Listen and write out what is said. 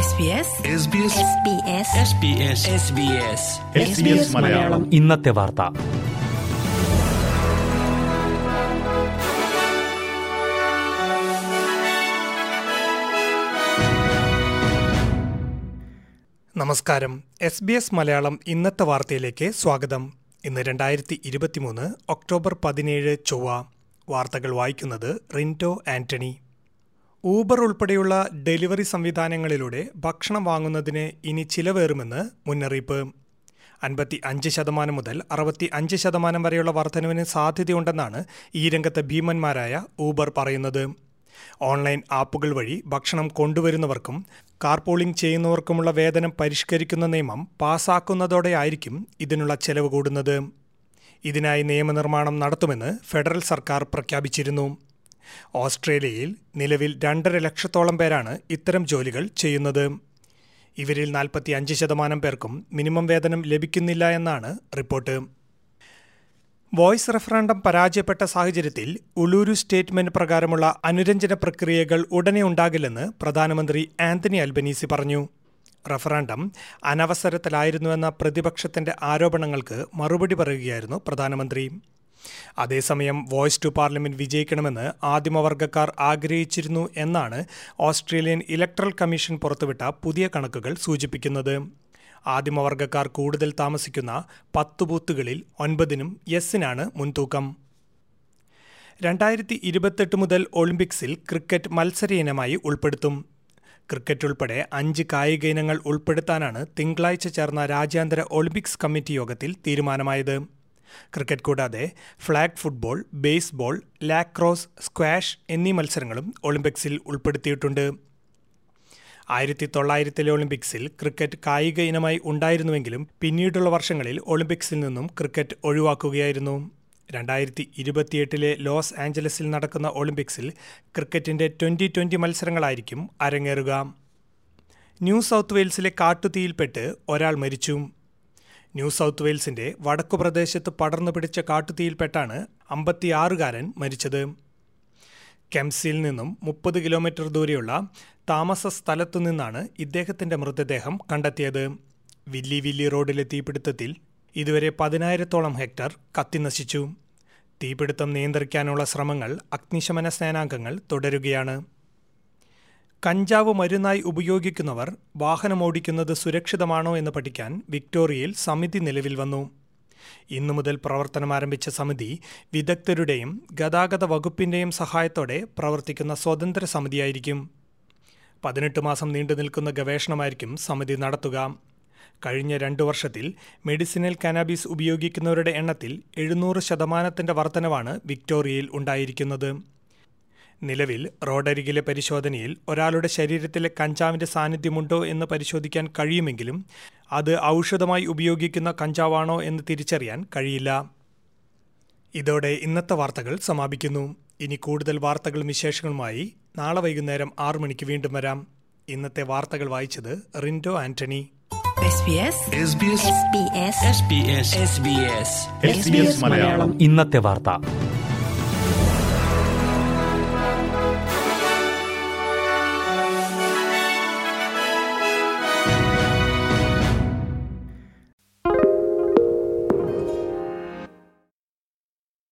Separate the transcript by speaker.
Speaker 1: SBS
Speaker 2: Malayalam
Speaker 3: ഇന്നത്തെ വാർത്ത
Speaker 4: നമസ്കാരം എസ് ബി എസ് മലയാളം ഇന്നത്തെ വാർത്തയിലേക്ക് സ്വാഗതം ഇന്ന് രണ്ടായിരത്തി ഇരുപത്തിമൂന്ന് ഒക്ടോബർ പതിനേഴ് ചൊവ്വ വാർത്തകൾ വായിക്കുന്നത് റിൻറ്റോ ആന്റണി ഊബർ ഉൾപ്പെടെയുള്ള ഡെലിവറി സംവിധാനങ്ങളിലൂടെ ഭക്ഷണം വാങ്ങുന്നതിന് ഇനി ചിലവേറുമെന്ന് മുന്നറിയിപ്പ് അൻപത്തി അഞ്ച് ശതമാനം മുതൽ അറുപത്തി അഞ്ച് ശതമാനം വരെയുള്ള വർധനവിന് സാധ്യതയുണ്ടെന്നാണ് ഈ രംഗത്തെ ഭീമന്മാരായ ഊബർ പറയുന്നത് ഓൺലൈൻ ആപ്പുകൾ വഴി ഭക്ഷണം കൊണ്ടുവരുന്നവർക്കും കാർപൂളിംഗ് ചെയ്യുന്നവർക്കുമുള്ള വേതനം പരിഷ്കരിക്കുന്ന നിയമം പാസാക്കുന്നതോടെയായിരിക്കും ഇതിനുള്ള ചെലവ് കൂടുന്നത് ഇതിനായി നിയമനിർമ്മാണം നടത്തുമെന്ന് ഫെഡറൽ സർക്കാർ പ്രഖ്യാപിച്ചിരുന്നു ഓസ്ട്രേലിയയിൽ നിലവിൽ രണ്ടര ലക്ഷത്തോളം പേരാണ് ഇത്തരം ജോലികൾ ചെയ്യുന്നത് ഇവരിൽ നാൽപ്പത്തി അഞ്ച് ശതമാനം പേർക്കും മിനിമം വേതനം ലഭിക്കുന്നില്ല എന്നാണ് റിപ്പോർട്ട് വോയിസ് റഫറാൻഡം പരാജയപ്പെട്ട സാഹചര്യത്തിൽ ഉളൂരു സ്റ്റേറ്റ്മെന്റ് പ്രകാരമുള്ള അനുരഞ്ജന പ്രക്രിയകൾ ഉടനെ ഉണ്ടാകില്ലെന്ന് പ്രധാനമന്ത്രി ആന്റണി അൽബനീസി പറഞ്ഞു റഫറാൻഡം അനവസരത്തിലായിരുന്നുവെന്ന പ്രതിപക്ഷത്തിന്റെ ആരോപണങ്ങൾക്ക് മറുപടി പറയുകയായിരുന്നു പ്രധാനമന്ത്രി അതേസമയം വോയിസ് ടു പാർലമെന്റ് വിജയിക്കണമെന്ന് ആദിമവർഗക്കാർ ആഗ്രഹിച്ചിരുന്നു എന്നാണ് ഓസ്ട്രേലിയൻ ഇലക്ട്രൽ കമ്മീഷൻ പുറത്തുവിട്ട പുതിയ കണക്കുകൾ സൂചിപ്പിക്കുന്നത് ആദിമവർഗക്കാർ കൂടുതൽ താമസിക്കുന്ന പത്ത് ബൂത്തുകളിൽ ഒൻപതിനും യെസ്സിനാണ് മുൻതൂക്കം രണ്ടായിരത്തി ഇരുപത്തെട്ട് മുതൽ ഒളിമ്പിക്സിൽ ക്രിക്കറ്റ് മത്സര ഇനമായി ഉൾപ്പെടുത്തും ക്രിക്കറ്റ് ഉൾപ്പെടെ അഞ്ച് കായിക ഇനങ്ങൾ ഉൾപ്പെടുത്താനാണ് തിങ്കളാഴ്ച ചേർന്ന രാജ്യാന്തര ഒളിമ്പിക്സ് കമ്മിറ്റി യോഗത്തിൽ തീരുമാനമായത് ക്രിക്കറ്റ് കൂടാതെ flag football baseball lacrosse squash എന്നീ മത്സരങ്ങളും ഒളിമ്പിക്സിൽ ഉൾപ്പെടുത്തിയിട്ടുണ്ട് ആയിരത്തി തൊള്ളായിരത്തിലെ ഒളിമ്പിക്സിൽ ക്രിക്കറ്റ് കായിക ഇനമായി ഉണ്ടായിരുന്നുവെങ്കിലും പിന്നീടുള്ള വർഷങ്ങളിൽ ഒളിമ്പിക്സിൽ നിന്നും ക്രിക്കറ്റ് ഒഴിവാക്കുകയായിരുന്നു രണ്ടായിരത്തി ഇരുപത്തിയെട്ടിലെ ലോസ് ആഞ്ചലസിൽ നടക്കുന്ന ഒളിമ്പിക്സിൽ ക്രിക്കറ്റിൻ്റെ ട്വൻ്റി ട്വൻ്റി മത്സരങ്ങളായിരിക്കും അരങ്ങേറുക ന്യൂ സൗത്ത് വെയിൽസിലെ കാട്ടുതീയിൽപ്പെട്ട് ഒരാൾ മരിച്ചു ന്യൂ സൗത്ത് വെയിൽസിൻ്റെ വടക്കു പ്രദേശത്ത് പടർന്നു പിടിച്ച കാട്ടുതീയിൽപ്പെട്ടാണ് അമ്പത്തിയാറുകാരൻ മരിച്ചത് കെംസിൽ നിന്നും മുപ്പത് കിലോമീറ്റർ ദൂരെയുള്ള താമസ സ്ഥലത്തു നിന്നാണ് ഇദ്ദേഹത്തിൻ്റെ മൃതദേഹം കണ്ടെത്തിയത് വില്ലി വില്ലി റോഡിലെ തീപിടുത്തത്തിൽ ഇതുവരെ പതിനായിരത്തോളം ഹെക്ടർ കത്തിനശിച്ചു തീപിടുത്തം നിയന്ത്രിക്കാനുള്ള ശ്രമങ്ങൾ അഗ്നിശമന സേനാംഗങ്ങൾ തുടരുകയാണ് കഞ്ചാവ് മരുന്നായി ഉപയോഗിക്കുന്നവർ വാഹനമോടിക്കുന്നത് സുരക്ഷിതമാണോ എന്ന് പഠിക്കാൻ വിക്ടോറിയയിൽ സമിതി നിലവിൽ വന്നു ഇന്നു മുതൽ പ്രവർത്തനം ആരംഭിച്ച സമിതി വിദഗ്ധരുടെയും ഗതാഗത വകുപ്പിൻ്റെയും സഹായത്തോടെ പ്രവർത്തിക്കുന്ന സ്വതന്ത്ര സമിതിയായിരിക്കും പതിനെട്ട് മാസം നീണ്ടു നിൽക്കുന്ന ഗവേഷണമായിരിക്കും സമിതി നടത്തുക കഴിഞ്ഞ രണ്ടു വർഷത്തിൽ മെഡിസിനൽ കനാബീസ് ഉപയോഗിക്കുന്നവരുടെ എണ്ണത്തിൽ എഴുന്നൂറ് ശതമാനത്തിൻ്റെ വർധനവാണ് വിക്ടോറിയയിൽ ഉണ്ടായിരിക്കുന്നത് നിലവിൽ റോഡരികിലെ പരിശോധനയിൽ ഒരാളുടെ ശരീരത്തിലെ കഞ്ചാവിൻ്റെ സാന്നിധ്യമുണ്ടോ എന്ന് പരിശോധിക്കാൻ കഴിയുമെങ്കിലും അത് ഔഷധമായി ഉപയോഗിക്കുന്ന കഞ്ചാവാണോ എന്ന് തിരിച്ചറിയാൻ കഴിയില്ല ഇതോടെ ഇന്നത്തെ വാർത്തകൾ സമാപിക്കുന്നു ഇനി കൂടുതൽ വാർത്തകളും വിശേഷങ്ങളുമായി നാളെ വൈകുന്നേരം ആറു മണിക്ക് വീണ്ടും വരാം ഇന്നത്തെ വാർത്തകൾ വായിച്ചത് റിൻഡോ ആന്റണി
Speaker 1: SBS
Speaker 3: ഇന്നത്തെ വാർത്ത